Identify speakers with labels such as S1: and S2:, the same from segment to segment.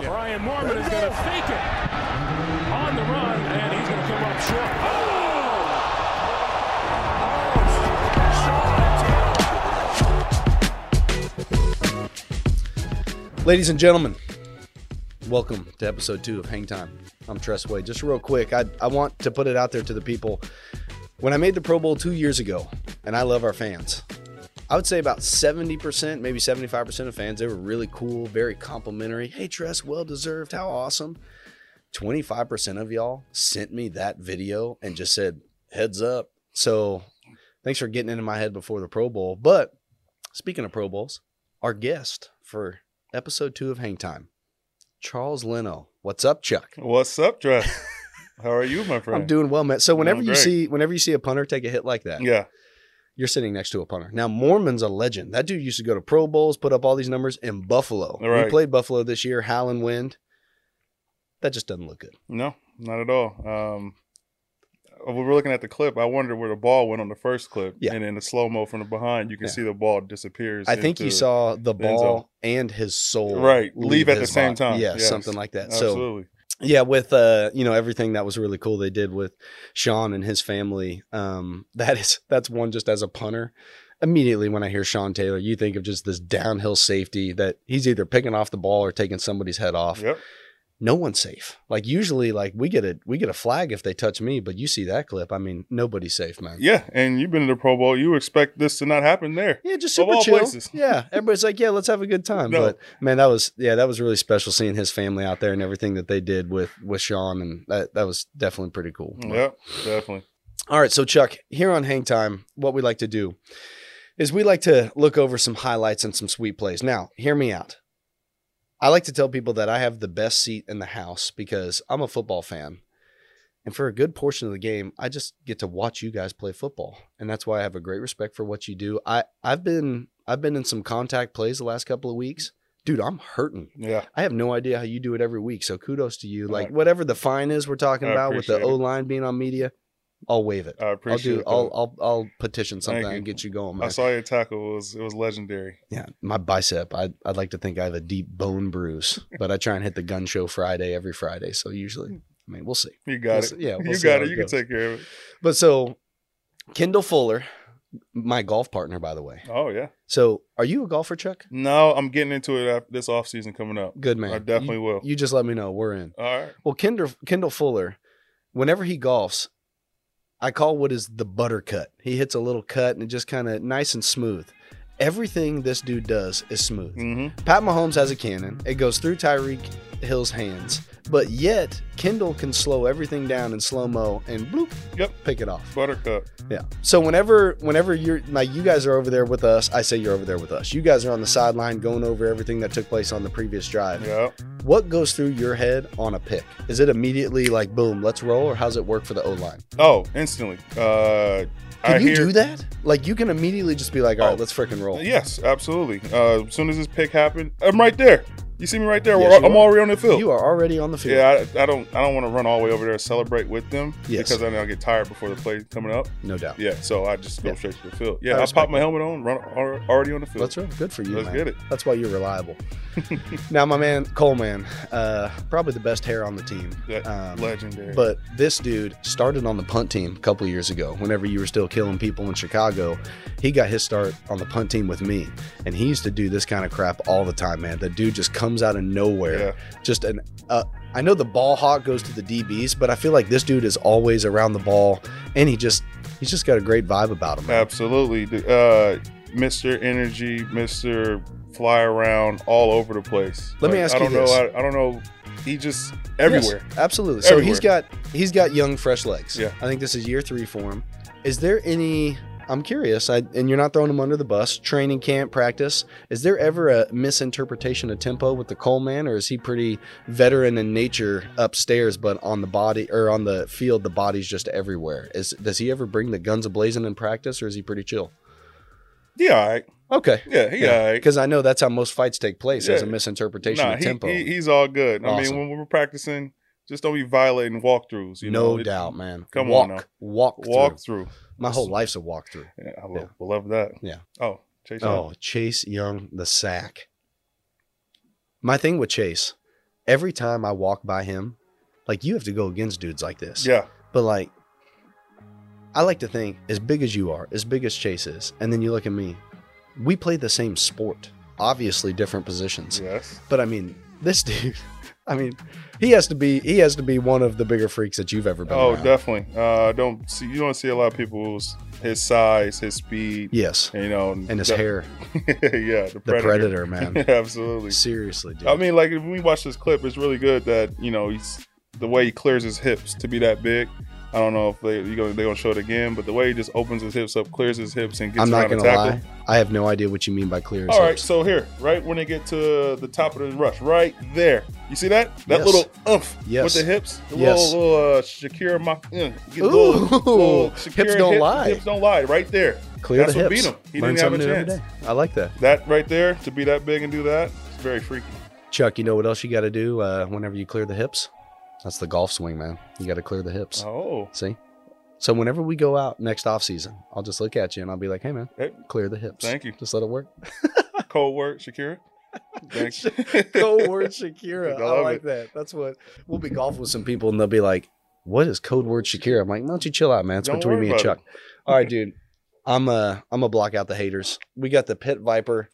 S1: Yeah. Brian Mormon is going to fake it on the run, and he's going to come up short. Oh!
S2: Ladies and gentlemen, welcome to episode two of Hang Time. I'm Tress Wade. Just real quick, I, I want to put it out there to the people. When I made the Pro Bowl two years ago, and I love our fans, I would say about 70%, maybe 75% of fans, they were really cool, very complimentary. Hey, Tress, well deserved. How awesome. 25% of y'all sent me that video and just said, heads up. So thanks for getting into my head before the Pro Bowl. But speaking of Pro Bowls, our guest for episode two of Hang Time, Charles Leno. What's up, Chuck?
S3: What's up, Dress? How are you, my friend?
S2: I'm doing well, man. So whenever
S3: Doing
S2: you
S3: great.
S2: see whenever you see a punter take a hit like that,
S3: Yeah,
S2: you're sitting next to a punter. Now Mormon's a legend. That dude used to go to Pro Bowls, put up all these numbers in Buffalo. We
S3: Right.
S2: played Buffalo this year, howling wind. That just doesn't look good.
S3: no, not at all. Um, when we were looking at the clip, I wondered where the ball went on the first clip,
S2: Yeah.
S3: and in the slow mo from the behind, you can
S2: Yeah.
S3: see the ball disappears.
S2: I think
S3: into-
S2: you saw the
S3: the end zone.
S2: ball and his soul
S3: Right. Leave at
S2: his
S3: the same time.
S2: Yeah,
S3: Yes.
S2: something like that. So
S3: absolutely.
S2: yeah with uh you know everything that was really cool they did with sean and his family um that is that's one just as a punter immediately when i hear sean taylor you think of just this downhill safety that he's either picking off the ball or taking somebody's head off
S3: Yep.
S2: no one's safe like usually like we get a we get a flag if they touch me but you see that clip i mean nobody's safe man
S3: Yeah, and you've been in the Pro Bowl. You expect this to not happen there.
S2: yeah, just
S3: Of
S2: super
S3: all
S2: chill.
S3: places.
S2: Yeah, everybody's like, yeah, let's have a good time.
S3: No.
S2: But man, that was yeah, that was really special seeing his family out there and everything that they did with with Sean, and that that was definitely pretty cool.
S3: Yep, definitely.
S2: All right, so Chuck, here on Hang Time, what we like to do is we like to look over some highlights and some sweet plays. Now, hear me out. I like to tell people that I have the best seat in the house because I'm a football fan. And for a good portion of the game, I just get to watch you guys play football. And that's why I have a great respect for what you do. I I've been I've been in some contact plays the last couple of weeks. Dude, I'm hurting.
S3: Yeah,
S2: I have no idea how you do it every week. So kudos to you.
S3: All
S2: Like
S3: right.
S2: whatever the fine is we're talking
S3: Uh, I
S2: about with the
S3: appreciate it.
S2: O line being on media, I'll waive it.
S3: I
S2: I'll do.
S3: appreciate.
S2: I'll,
S3: that.
S2: I'll I'll petition something
S3: you.
S2: and get you going,
S3: I
S2: man.
S3: saw your tackle. It was it was legendary.
S2: Yeah, my bicep. I I'd like to think I have a deep bone bruise, but I try and hit the gun show Friday every Friday. So usually, I mean, we'll see.
S3: You
S2: We'll
S3: got it.
S2: see- Yeah, we'll
S3: you
S2: see
S3: got
S2: how
S3: it. You can
S2: goes.
S3: take care of it.
S2: But so, Kendall Fuller, my golf partner, by the way.
S3: Oh yeah.
S2: So, are you a golfer, Chuck?
S3: No, I'm getting into it after this off season coming up.
S2: Good man.
S3: I definitely
S2: You,
S3: will.
S2: you just let me know. We're in.
S3: All right.
S2: Well, Kendall Kendall Fuller, whenever he golfs, I call what is the butter cut. He hits a little cut and it just kind of nice and smooth. Everything this dude does is smooth.
S3: hmm
S2: Pat Mahomes has a cannon. It goes through Tyreek Hill's hands, but yet Kendall can slow everything down in slow mo and bloop,
S3: Yep.
S2: pick it off.
S3: Buttercup.
S2: Yeah. So whenever whenever you're like you guys are over there with us, I say you're over there with us. You guys are on the sideline going over everything that took place on the previous drive.
S3: Yep.
S2: What goes through your head on a pick? Is it immediately like boom, let's roll, or how's it work for the O line?
S3: Oh, instantly. Uh,
S2: Can
S3: I
S2: you
S3: hear,
S2: do that? Like you can immediately just be like, all right,
S3: Oh.
S2: let's frickin' roll.
S3: Yes, absolutely. Uh, as soon as this pick happened, I'm right there. You see me right there.
S2: Yes,
S3: We're-
S2: you
S3: I'm
S2: are.
S3: already on the field.
S2: You are already on the field.
S3: Yeah, I, I don't. I don't want to run all the way over there and celebrate with them
S2: Yes.
S3: because I know I get tired before the play coming up.
S2: No doubt.
S3: Yeah, so I just go
S2: Yeah.
S3: straight to the field.
S2: I
S3: Yeah, I,
S2: respect
S3: pop my helmet on. Run al- already on the field.
S2: Let's roll. Good for you.
S3: Let's
S2: man.
S3: get it.
S2: That's why you're reliable. now, my man Coleman, uh, probably the best hair on the team. Um,
S3: That- Legendary.
S2: But this dude started on the punt team a couple years ago. Whenever you were still killing people in Chicago, he got his start on the punt team with me, and he used to do this kind of crap all the time, man. The dude just comes out of nowhere. Just an. Uh, I know the ball hawk goes to the DBs, but I feel like this dude is always around the ball, and he just he's just got a great vibe about him. man.
S3: Absolutely. The- Uh, Mr. Energy, Mr. Fly around all over the place.
S2: Let me ask
S3: I
S2: you
S3: don't know.
S2: this.
S3: I, I don't know. He just everywhere.
S2: Yes, absolutely. So
S3: Everywhere.
S2: he's got he's got young, fresh legs.
S3: Yeah.
S2: I think this is year three for him. Is there any? I'm curious, I, and you're not throwing him under the bus. Training camp, practice. Is there ever a misinterpretation of tempo with the Coleman, or is he pretty veteran in nature upstairs, but on the body or on the field, the body's just everywhere? Is does he ever bring the guns a blazing in practice, or is he pretty chill?
S3: Yeah, all right.
S2: Okay,
S3: Yeah, he all right.
S2: because I know that's how most fights take place. There's a
S3: Yeah.
S2: misinterpretation
S3: Nah,
S2: of
S3: he-
S2: tempo.
S3: he- he's all good. I
S2: Awesome.
S3: mean, when we were practicing, just don't be violating walkthroughs. You
S2: no
S3: know? It-
S2: doubt, man.
S3: come
S2: walk,
S3: on now.
S2: walk,
S3: Walk
S2: through.
S3: through.
S2: My whole life's a walkthrough.
S3: Yeah, I love, love that.
S2: Yeah.
S3: Oh, Chase.
S2: Oh, Chase Young, the sack. My thing with Chase, every time I walk by him, like you have to go against dudes like this.
S3: Yeah.
S2: But like, I like to think as big as you are, as big as Chase is, and then you look at me, we play the same sport, obviously different positions.
S3: Yes.
S2: But I mean, this dude, I mean, he has to be he has to be one of the bigger freaks that you've ever been.
S3: Oh,
S2: around.
S3: definitely. Uh, don't see you don't see a lot of people's his size, his speed.
S2: Yes,
S3: You know,
S2: and his
S3: the-
S2: hair,
S3: yeah, the
S2: the
S3: predator.
S2: predator, man.
S3: Absolutely.
S2: Seriously, dude.
S3: I mean, like if we watch this clip, it's really good that you know he's the way he clears his hips to be that big. I don't know if they you gonna, they gonna show it again, but the way he just opens his hips up, clears his hips, and gets
S2: I'm not
S3: around
S2: gonna
S3: the tackle.
S2: lie. I have no idea what you mean by clear. as
S3: All right,
S2: hips.
S3: so here, right when they get to the top of the rush, right there, you see that that
S2: Yes.
S3: little oomph
S2: Yes.
S3: with the hips, the
S2: Yes.
S3: little, little uh, Shakira, Ma- uh, get
S2: Ooh,
S3: little, little
S2: hips
S3: Shakira
S2: don't
S3: hip-
S2: lie.
S3: hips don't lie, right there.
S2: clear
S3: That's
S2: the
S3: what
S2: hips.
S3: beat him. He
S2: Learn
S3: didn't have a
S2: something new every
S3: chance.
S2: day. I like that.
S3: That right there to be that big and do that, it's very freaky.
S2: Chuck, you know what else you got to do uh, whenever you clear the hips? That's the golf swing, man. You got to clear the hips.
S3: Oh,
S2: See? So whenever we go out next off season, I'll just look at you and I'll be like, "Hey, man,
S3: Hey.
S2: clear the hips.
S3: Thank you.
S2: Just let it work."
S3: cold work, Shakira. Thanks.
S2: Code word Shakira.
S3: I
S2: I,
S3: love
S2: like
S3: it.
S2: that. That's what we'll be golfing with some people, and they'll be like, "What is code word Shakira?" I'm like, "Why don't you chill out, man? It's
S3: Don't
S2: between
S3: worry
S2: me and
S3: about
S2: Chuck." All right, dude. I'm uh I'm gonna block out the haters. We got the Pit Viper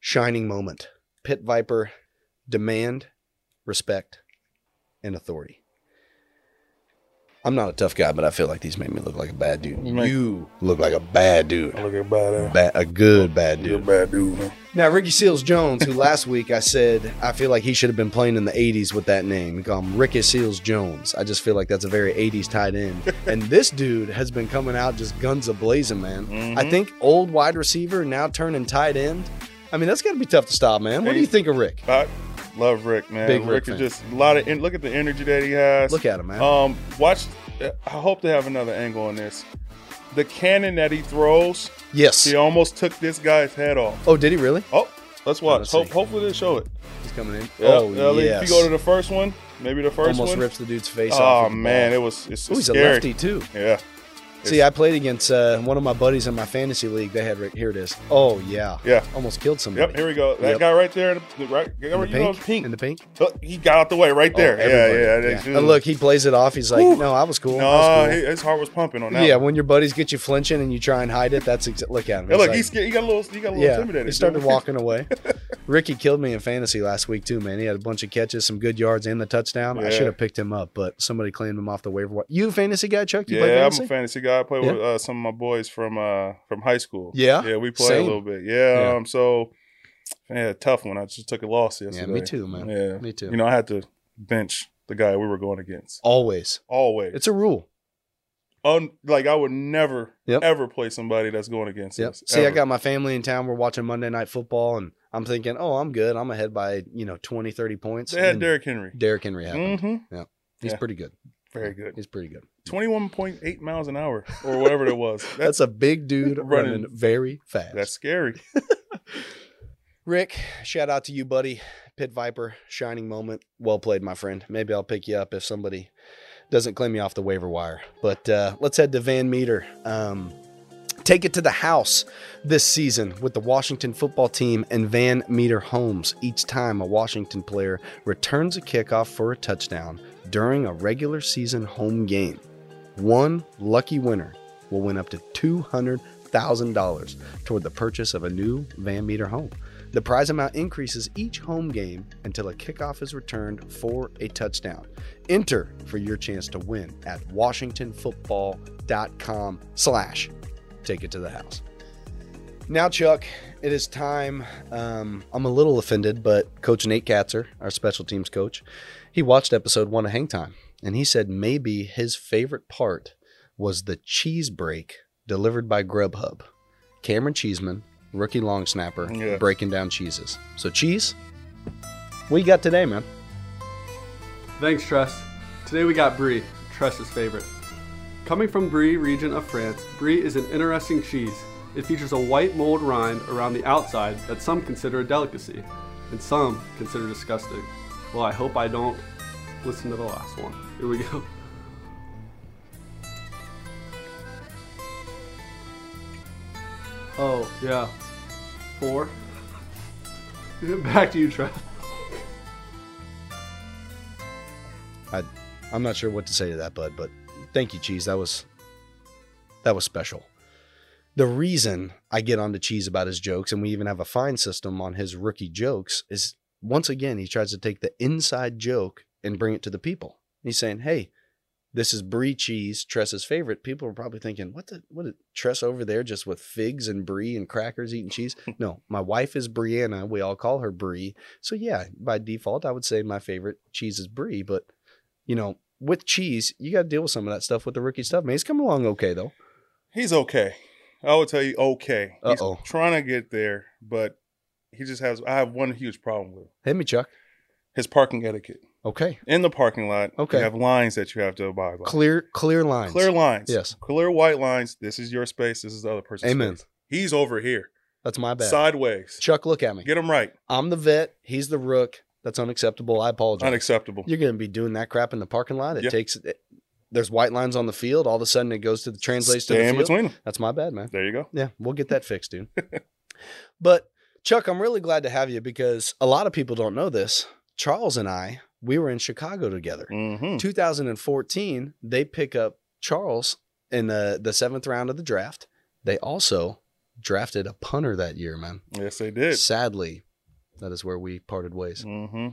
S2: shining moment. Pit Viper demand respect and authority. I'm not a tough guy, but I feel like these made me look like a bad dude.
S3: You make-
S2: You look like a bad dude.
S3: look at badass.
S2: Ba- a good bad dude.
S3: bad dude. Man.
S2: Now, Ricky Seals Jones, who last week I said I feel like he should have been playing in the 80s with that name. We call him Ricky Seals Jones. I just feel like that's a very 80s tight end. And this dude has been coming out just guns a blazing, man.
S3: Mm-hmm.
S2: I think old wide receiver now turning tight end. I mean, that's got to be tough to stop, man. What do you think of Rick?
S3: I love Rick, man.
S2: Big Rick
S3: Rick,
S2: fan.
S3: is just a lot of. en- Look at the energy that he has.
S2: Look at him, man.
S3: Um, watch. I hope they have another angle on this. The cannon that he throws,
S2: yes.
S3: he almost took this guy's head off.
S2: Oh, did he really?
S3: Oh, let's watch.
S2: Let's
S3: Hope,
S2: see.
S3: hopefully they show it.
S2: He's coming in.
S3: Yeah,
S2: oh,
S3: yeah,
S2: yes.
S3: If you go to the first one, maybe the first
S2: Almost
S3: one.
S2: rips the dude's face off.
S3: oh
S2: with the
S3: man,
S2: ball.
S3: it was. It's
S2: Ooh, he's
S3: scary.
S2: a lefty, too.
S3: Yeah.
S2: See, I played against uh, one of my buddies in my fantasy league. They had Rick. Here it is. Oh yeah,
S3: Yeah.
S2: Almost killed somebody.
S3: Yep. Here we go. That
S2: Yep.
S3: guy right there, in the, the right. you
S2: in
S3: know,
S2: the
S3: you know,
S2: pink,
S3: it's pink.
S2: In the pink.
S3: Look, he got out the way right there.
S2: Oh, everybody.
S3: yeah, yeah. they-
S2: And look, he plays it off. He's like,
S3: Whew.
S2: "No, I was cool. I
S3: no,
S2: was cool."
S3: he- his heart was pumping on that.
S2: yeah,
S3: one.
S2: when your buddies get you flinching and you try and hide it, that's exa- look at him.
S3: Hey, look,
S2: like-
S3: he's scared. He got a little. He got a little
S2: yeah,
S3: intimidated.
S2: he started
S3: dude.
S2: walking away. Ricky killed me in fantasy last week too, man. He had a bunch of catches, some good yards, and the touchdown. I
S3: Yeah.
S2: should have picked him up, but somebody claimed him off the waiver. wire. You a fantasy guy, Chuck? You play
S3: Yeah, I'm
S2: fantasy?
S3: a fantasy guy. I play
S2: Yeah.
S3: with uh, some of my boys from uh, from high school.
S2: Yeah?
S3: yeah, we play
S2: Same.
S3: a little bit. Yeah,
S2: Yeah.
S3: um, so yeah, tough one. I just took a loss
S2: yeah,
S3: yesterday.
S2: me too, man.
S3: Yeah,
S2: Me too.
S3: You know, I had to bench the guy we were going against.
S2: Always,
S3: Always,
S2: it's a rule.
S3: Un- like I would never
S2: Yep.
S3: ever play somebody that's going against
S2: Yep.
S3: us.
S2: See, I
S3: ever.
S2: got my family in town. We're watching Monday Night Football, and I'm thinking, oh, I'm good. I'm ahead by, you know, 20, 30 points.
S3: they
S2: And
S3: had
S2: then
S3: Derrick Henry.
S2: Derrick Henry happened.
S3: hmm
S2: He's
S3: yeah.
S2: pretty good.
S3: Very good.
S2: He's pretty good.
S3: Twenty-one point eight miles an hour or whatever it was.
S2: That's,
S3: That's
S2: a big dude running,
S3: Running.
S2: very fast.
S3: that's scary.
S2: Rick, shout out to you, buddy. Pit Viper, shining moment. Well played, my friend. Maybe I'll pick you up if somebody doesn't claim you off the waiver wire. But uh, let's head to Van Meter. Um, take it to the house this season with the Washington football team and Van Meter Homes. Each time a Washington player returns a kickoff for a touchdown during a regular season home game, one lucky winner will win up to $200,000 toward the purchase of a new Van Meter home. The prize amount increases each home game until a kickoff is returned for a touchdown. Enter for your chance to win at washingtonfootball.com slash take it to the house. Now, Chuck, it is time. Um, I'm a little offended, but Coach Nate Katzer, our special teams coach, he watched episode one of Hang Time, and he said maybe his favorite part was the cheese break delivered by Grubhub. Cameron Cheeseman, rookie long snapper,
S3: Yeah.
S2: breaking down cheeses. So, cheese, what you got today, man?
S4: Thanks, Tress. Today we got Brie, Tress's favorite. Coming from Brie region of France, Brie is an interesting cheese. It features a white mold rind around the outside that some consider a delicacy, and some consider disgusting. Well, I hope I don't listen to the last one. Here we go. Oh, yeah. Four. Back to you, Tress.
S2: I, I'm not sure what to say to that, bud. But thank you, cheese. That was that was special. The reason I get onto cheese about his jokes, and we even have a fine system on his rookie jokes, is once again he tries to take the inside joke and bring it to the people. He's saying, "Hey, this is brie cheese, Tress's favorite." People are probably thinking, "What the what is Tress over there just with figs and brie and crackers eating cheese?" no, my wife is Brianna. We all call her Brie. So yeah, by default, I would say my favorite cheese is brie. But you know, with cheese, you got to deal with some of that stuff with the rookie stuff. Man, he's come along okay though.
S3: He's okay. I would tell you okay. He's
S2: Uh-oh.
S3: trying to get there, but he just has. I have one huge problem with him.
S2: Hit me, Chuck.
S3: his parking etiquette
S2: Okay,
S3: in the parking lot.
S2: Okay.
S3: you have lines that you have to abide by.
S2: clear clear lines.
S3: Clear lines.
S2: Yes.
S3: Clear white lines. This is your space. This is the other person's
S2: Amen.
S3: space. He's over here,
S2: That's my bad.
S3: sideways.
S2: Chuck, look at me.
S3: Get him right.
S2: I'm the vet. He's the rook. That's unacceptable. I apologize.
S3: Unacceptable.
S2: You're going to be doing that crap in the parking lot. It
S3: Yeah.
S2: takes. It, there's white lines on the field. All of a sudden, it goes to the translates
S3: Stay
S2: to the
S3: in
S2: field.
S3: between them.
S2: That's my bad, man.
S3: There you go.
S2: Yeah, we'll get that fixed, dude. but Chuck, I'm really glad to have you because a lot of people don't know this. Charles and I, we were in Chicago together.
S3: Mm-hmm.
S2: 2014, they pick up Charles in the, the seventh round of the draft. They also drafted a punter that year, man.
S3: Yes, they did.
S2: Sadly, that is where we parted ways.
S3: Mm-hmm.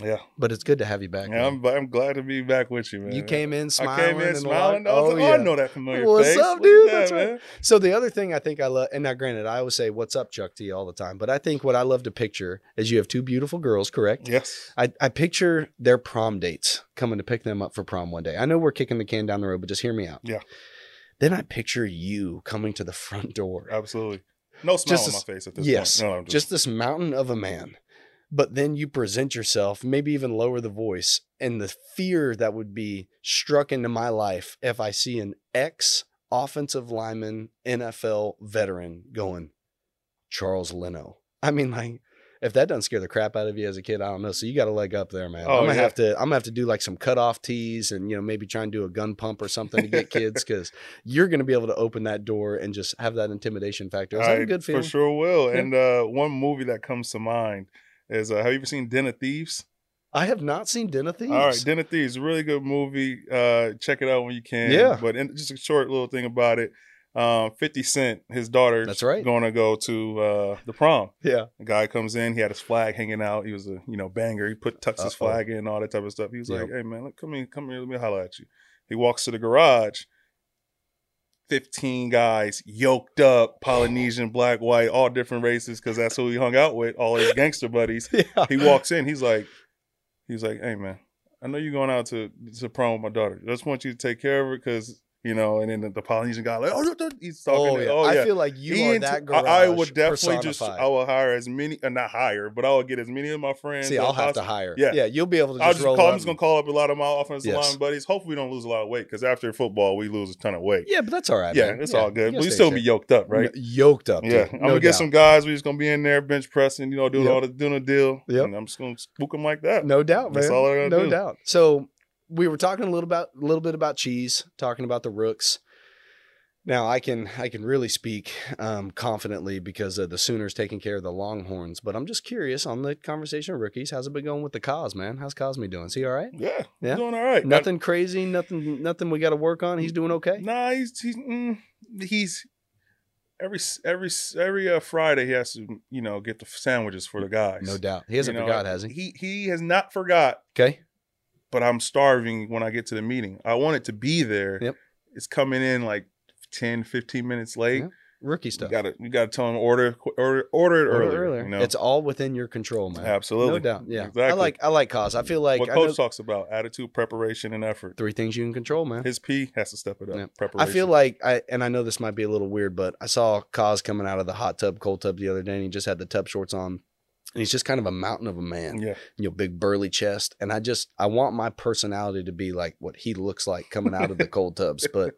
S3: Yeah.
S2: But it's good to have you back.
S3: yeah
S2: man.
S3: I'm, I'm glad to be back with you, man.
S2: you came in
S3: I
S2: smiling.
S3: came in
S2: and
S3: smiling.
S2: wa-
S3: I was
S2: oh,
S3: like, oh, I
S2: yeah.
S3: know that familiar
S2: What's
S3: face. Look
S2: up,
S3: at
S2: dude?
S3: that,
S2: That's right.
S3: man.
S2: So the other thing I think I love, and now granted, I always say "What's up, Chuck?" to you all the time, but I think what I love to picture is you have two beautiful girls, correct?
S3: Yes.
S2: I, I picture their prom dates coming to pick them up for prom one day. I know we're kicking the can down the road, but just hear me out.
S3: Yeah.
S2: Then I picture you coming to the front door.
S3: Absolutely. No smile
S2: Just
S3: on my
S2: as-
S3: face at this
S2: yes,
S3: point. No, I'm just,
S2: just this mountain of a man. But then you present yourself, maybe even lower the voice, and the fear that would be struck into my life if I see an ex offensive lineman, NFL veteran going, Charles Leno. I mean, like, if that doesn't scare the crap out of you as a kid, I don't know. So you got to leg up there, man.
S3: Oh,
S2: I'm gonna
S3: yeah.
S2: have to. I'm gonna have to do like some cutoff tees, and you know, maybe try and do a gun pump or something to get kids, because you're gonna be able to open that door and just have that intimidation factor. Is that
S3: I
S2: a good feeling?
S3: For sure will.
S2: Yeah.
S3: And uh, one movie that comes to mind is uh, Have you ever seen Den of Thieves?
S2: I have not seen Den of Thieves.
S3: All right, Den of Thieves, really good movie. Uh, check it out when you can.
S2: Yeah.
S3: But in, just a short little thing about it. Um, 50 Cent, his daughter,
S2: That's right.
S3: going to go to uh, the prom.
S2: Yeah.
S3: A guy comes in, he had his flag hanging out. He was a you know banger. He put tucks his
S2: Uh-oh.
S3: flag in, all that type of stuff. He was
S2: Yep.
S3: like, "Hey man, look, come here, come here, let me holler at you." He walks to the garage. Fifteen guys, yoked up, Polynesian, black, white, all different races, because that's who he hung out with, all his gangster buddies.
S2: Yeah.
S3: He walks in, he's like, he's like, "Hey man, I know you're going out to to prom with my daughter. I just want you to take care of her, because you know." And then the, the Polynesian guy, like, "Oh, he's talking.
S2: Oh yeah.
S3: oh yeah.
S2: I feel like you
S3: He
S2: are
S3: into-
S2: that
S3: I-
S2: garage.
S3: I, would definitely just I
S2: personified.
S3: will hire as many uh, not hire, but I will get as many of my friends.
S2: see.
S3: as
S2: I'll have to
S3: possible.
S2: hire.
S3: Yeah.
S2: Yeah. You'll be able to just,
S3: I'll just
S2: roll
S3: call.
S2: up
S3: I'm just gonna call up a lot of my offensive
S2: Yes.
S3: line buddies. Hopefully, we don't lose a lot of weight because after football, we lose a ton of weight.
S2: and- Yeah, but that's all right.
S3: yeah,
S2: man.
S3: it's all good.
S2: You
S3: We
S2: stay
S3: still be
S2: safe.
S3: yoked up, right?
S2: N- yoked up.
S3: yeah,
S2: dude.
S3: I'm
S2: No
S3: gonna get
S2: doubt.
S3: some guys. We're just gonna be in there bench pressing, you know, doing
S2: Yep.
S3: all the doing a deal.
S2: Yep.
S3: and I'm just gonna spook them like that.
S2: No doubt, man.
S3: That's all I gotta
S2: no
S3: do.
S2: doubt. So we were talking a little about a little bit about cheese, talking about the rooks. Now I can I can really speak um, confidently because of the Sooners taking care of the Longhorns. But I'm just curious on the conversation of rookies. How's it been going with the Cos, man? How's Cosme doing? Is he all right?
S3: Yeah,
S2: Yeah.
S3: yeah, doing all right.
S2: Nothing crazy. Nothing. Nothing we got to work on. He's doing okay.
S3: Nah, he's he's mm, he's every every every uh, Friday he has to you know get the sandwiches for the guys.
S2: No doubt. He hasn't
S3: You know,
S2: forgot, has he?
S3: He he has not forgot,
S2: Okay.
S3: but I'm starving when I get to the meeting. I want it to be there.
S2: Yep.
S3: It's coming in like 10, 15 minutes late.
S2: Yeah, Rookie
S3: You
S2: stuff.
S3: gotta you gotta tell him order order order it
S2: Order
S3: earlier. You know?
S2: It's all within your control, man.
S3: absolutely
S2: No doubt. Yeah. I
S3: Exactly.
S2: like I like Cos. I feel like
S3: what
S2: I know
S3: coach talks about attitude, preparation, and effort.
S2: three things you can control, man.
S3: His P has to step it up.
S2: Yeah. I
S3: Preparation.
S2: feel like I and I know this might be a little weird, but I saw Cos coming out of the hot tub, cold tub the other day, and he just had the tub shorts on. And he's just kind of a mountain of a man.
S3: yeah.
S2: You know, big burly chest. And I just I want my personality to be like what he looks like coming out of the cold tubs. But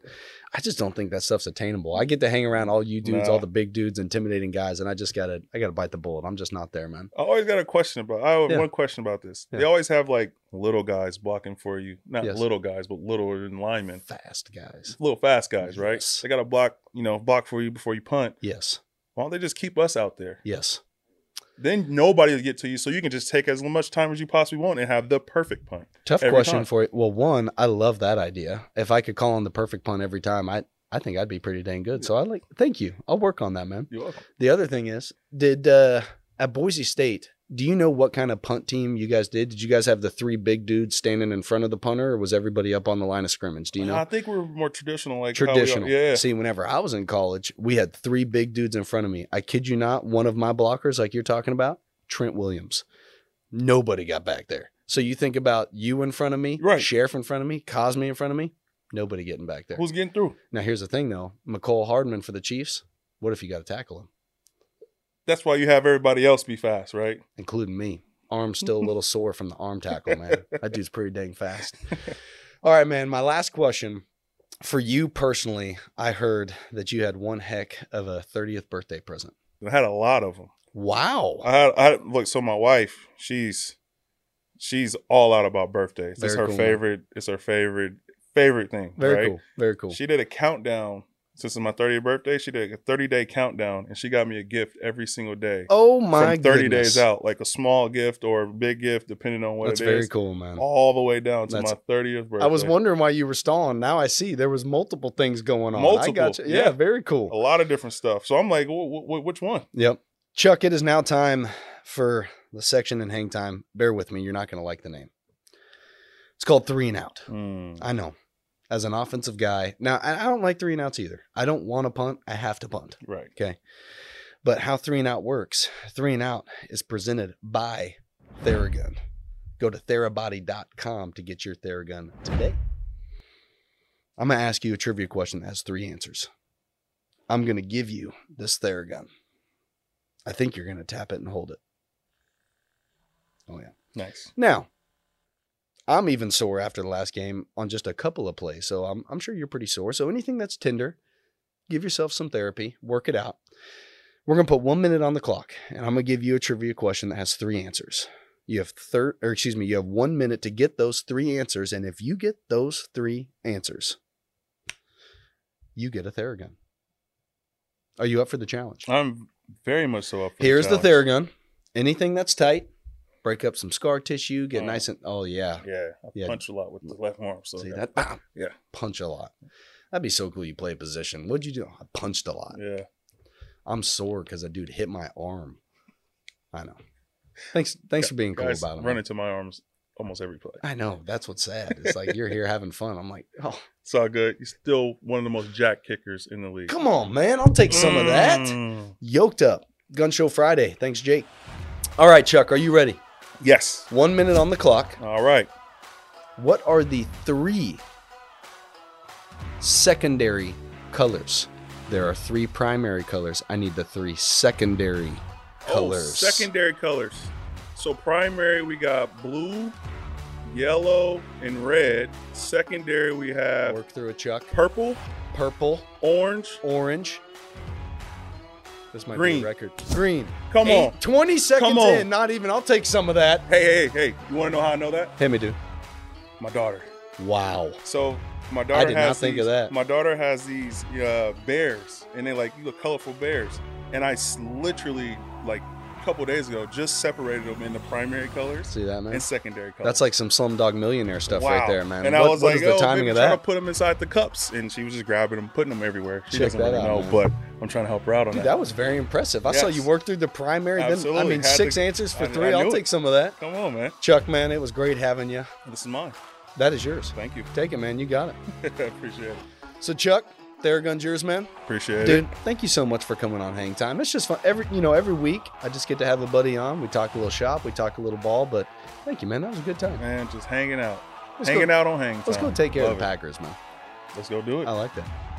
S2: I just don't think that stuff's attainable. I get to hang around all you dudes, all
S3: Nah.
S2: the big dudes, intimidating guys, and I just gotta I gotta bite the bullet. I'm just not there, man.
S3: I always got a question about. I have
S2: Yeah.
S3: one question about this. They
S2: Yeah.
S3: always have like little guys blocking for you, not
S2: Yes.
S3: little guys, but littler than linemen,
S2: Fast guys.
S3: little fast guys, right?
S2: Yes.
S3: They got to block, you know, block for you before you punt.
S2: Yes.
S3: Why don't they just keep us out there?
S2: Yes.
S3: Then nobody will get to you, so you can just take as much time as you possibly want and have the perfect punt.
S2: Tough
S3: every
S2: question
S3: time.
S2: for you. Well, one, I love that idea. If I could call on the perfect punt every time, I I think I'd be pretty dang good. So I like thank you. I'll work on that, man.
S3: You're welcome.
S2: The other thing is, did uh at Boise State, do you know what kind of punt team you guys did? Did you guys have the three big dudes standing in front of the punter or was everybody up on the line of scrimmage? Do you know?
S3: I think we're more traditional, like how we are.
S2: Traditional.
S3: yeah.
S2: See, whenever I was in college, we had three big dudes in front of me. I kid you not, one of my blockers, like you're talking about, Trent Williams. Nobody got back there. So you think about you in front of me,
S3: Right.
S2: Sheriff in front of me, Cosme in front of me, nobody getting back there.
S3: Who's getting through?
S2: now here's the thing though, McCole Hardman for the Chiefs. What if you got to tackle him,
S3: That's why you have everybody else be fast, right?
S2: including me? Arm's still a little sore from the arm tackle, man. That dude's pretty dang fast. All right, man. My last question for you personally. I heard that you had one heck of a 30th birthday present.
S3: I had a lot of them.
S2: Wow.
S3: I had, I had- look. So my wife, she's she's all out about birthdays. it's
S2: Very
S3: her
S2: cool.
S3: favorite. It's her favorite favorite thing.
S2: Very
S3: right?
S2: cool. Very cool.
S3: She did a countdown. Since it's my 30th birthday, she did a 30 day countdown, and she got me a gift every single day.
S2: oh my
S3: from 30
S2: goodness.
S3: days out, like a small gift or a big gift, depending on what
S2: That's
S3: it
S2: very
S3: is,
S2: cool, man.
S3: all the way down to
S2: That's-
S3: my 30th birthday.
S2: I was wondering why you were stalling. Now I see there was multiple things going on. I got you.
S3: Multiple,
S2: Yeah,
S3: yeah.
S2: very
S3: a
S2: cool.
S3: lot of different stuff. So I'm like, wh- wh- which one?
S2: Yep. Chuck, it is now time for the section in hang time. Bear with me. You're not going to like the name. It's called three and out.
S3: Hmm,
S2: I know. As an offensive guy, now I I don't like three and outs either. I don't want to punt. I have to punt.
S3: Right.
S2: But how three and out works, three and out is presented by Theragun. Go to therabody.com to get your Theragun today. I'm going to ask you a trivia question that has three answers. I'm going to give you this Theragun. I think you're going to tap it and hold it. Oh, yeah.
S3: Nice.
S2: Now, I'm even sore after the last game on just a couple of plays, so I'm, I'm sure you're pretty sore. So anything that's tender, give yourself some therapy, work it out. We're gonna put one minute on the clock, and I'm gonna give you a trivia question that has three answers. You have third, or excuse me, you have one minute to get those three answers, and if you get those three answers, you get a Theragun. Are you up for the challenge?
S3: I'm very much so up for
S2: Here's the,
S3: the challenge.
S2: Theragun. Anything that's tight, break up some scar tissue, get
S3: Mm.
S2: nice and oh yeah,
S3: Yeah. I
S2: Yeah.
S3: punch a lot with the left arm. So
S2: See
S3: yeah.
S2: that? Bam.
S3: Yeah.
S2: Punch a lot. That'd be so cool. You play a position. What'd you do? I punched a lot.
S3: Yeah.
S2: I'm sore because a dude hit my arm. I know. Thanks. Thanks for being cool
S3: Guys
S2: about it.
S3: run
S2: man.
S3: into my arms almost every play.
S2: I know. That's what's sad. It's like you're here having fun. I'm like, oh,
S3: It's all good. He's still one of the most jack kickers in the league.
S2: come on, man. I'll take some of that.
S3: Mm.
S2: Yoked up. Gun Show Friday. Thanks, Jake. All right, Chuck. Are you ready?
S3: Yes.
S2: One minute on the clock.
S3: All right.
S2: What are the three secondary colors? There are three primary colors. I need the three secondary colors.
S3: Oh, secondary colors. So primary we got blue, yellow, and red. Secondary we have
S2: Work through a Chuck.
S3: purple,
S2: Purple,
S3: orange.
S2: orange. This might
S3: Green.
S2: be a record. Green.
S3: Come
S2: Eight-
S3: on.
S2: 20 seconds
S3: Come on.
S2: in. Not even. I'll take some of that.
S3: Hey, hey, hey! You want to know how I know that?
S2: Hit me, dude.
S3: My daughter.
S2: Wow.
S3: So my daughter
S2: did not
S3: has
S2: think
S3: these-
S2: of that.
S3: My daughter has these uh, bears, and they like you look colorful bears. And I s- literally like a couple days ago just separated them into primary colors
S2: See that, man?
S3: and secondary colors.
S2: That's like some Slumdog Millionaire stuff right
S3: Wow.
S2: there, man.
S3: And
S2: what
S3: I was
S2: what
S3: like,
S2: is the
S3: "Oh,
S2: timing
S3: baby,
S2: of
S3: trying
S2: that?
S3: to put them inside the cups, and she was just grabbing them, putting them everywhere. She
S2: Check
S3: doesn't
S2: that
S3: really
S2: out,
S3: know,
S2: man.
S3: but I'm trying to help her out on
S2: Dude,
S3: that.
S2: that was very impressive. I saw
S3: Yes.
S2: you work through the primary. Then, I
S3: Absolutely.
S2: mean,
S3: Had
S2: six
S3: to-
S2: answers for
S3: I- I
S2: three. I will
S3: knew
S2: take
S3: it.
S2: some of that.
S3: Come on, man.
S2: Chuck, man, it was great having you.
S3: This is mine.
S2: That is yours.
S3: Thank you.
S2: Take it, man. You got it.
S3: Appreciate it.
S2: So, Chuck, Theragun's yours, man.
S3: Appreciate it.
S2: Dude, thank you so much for coming on Hang Time. It's just fun. Every you know, every week I just get to have a buddy on. We talk a little shop, we talk a little ball, but thank you, man. That was a good time.
S3: Man, just hanging out.
S2: Let's
S3: hanging
S2: go,
S3: out on hang time.
S2: Let's go take care
S3: Love
S2: of the
S3: it.
S2: Packers, man.
S3: Let's go do it.
S2: I like that.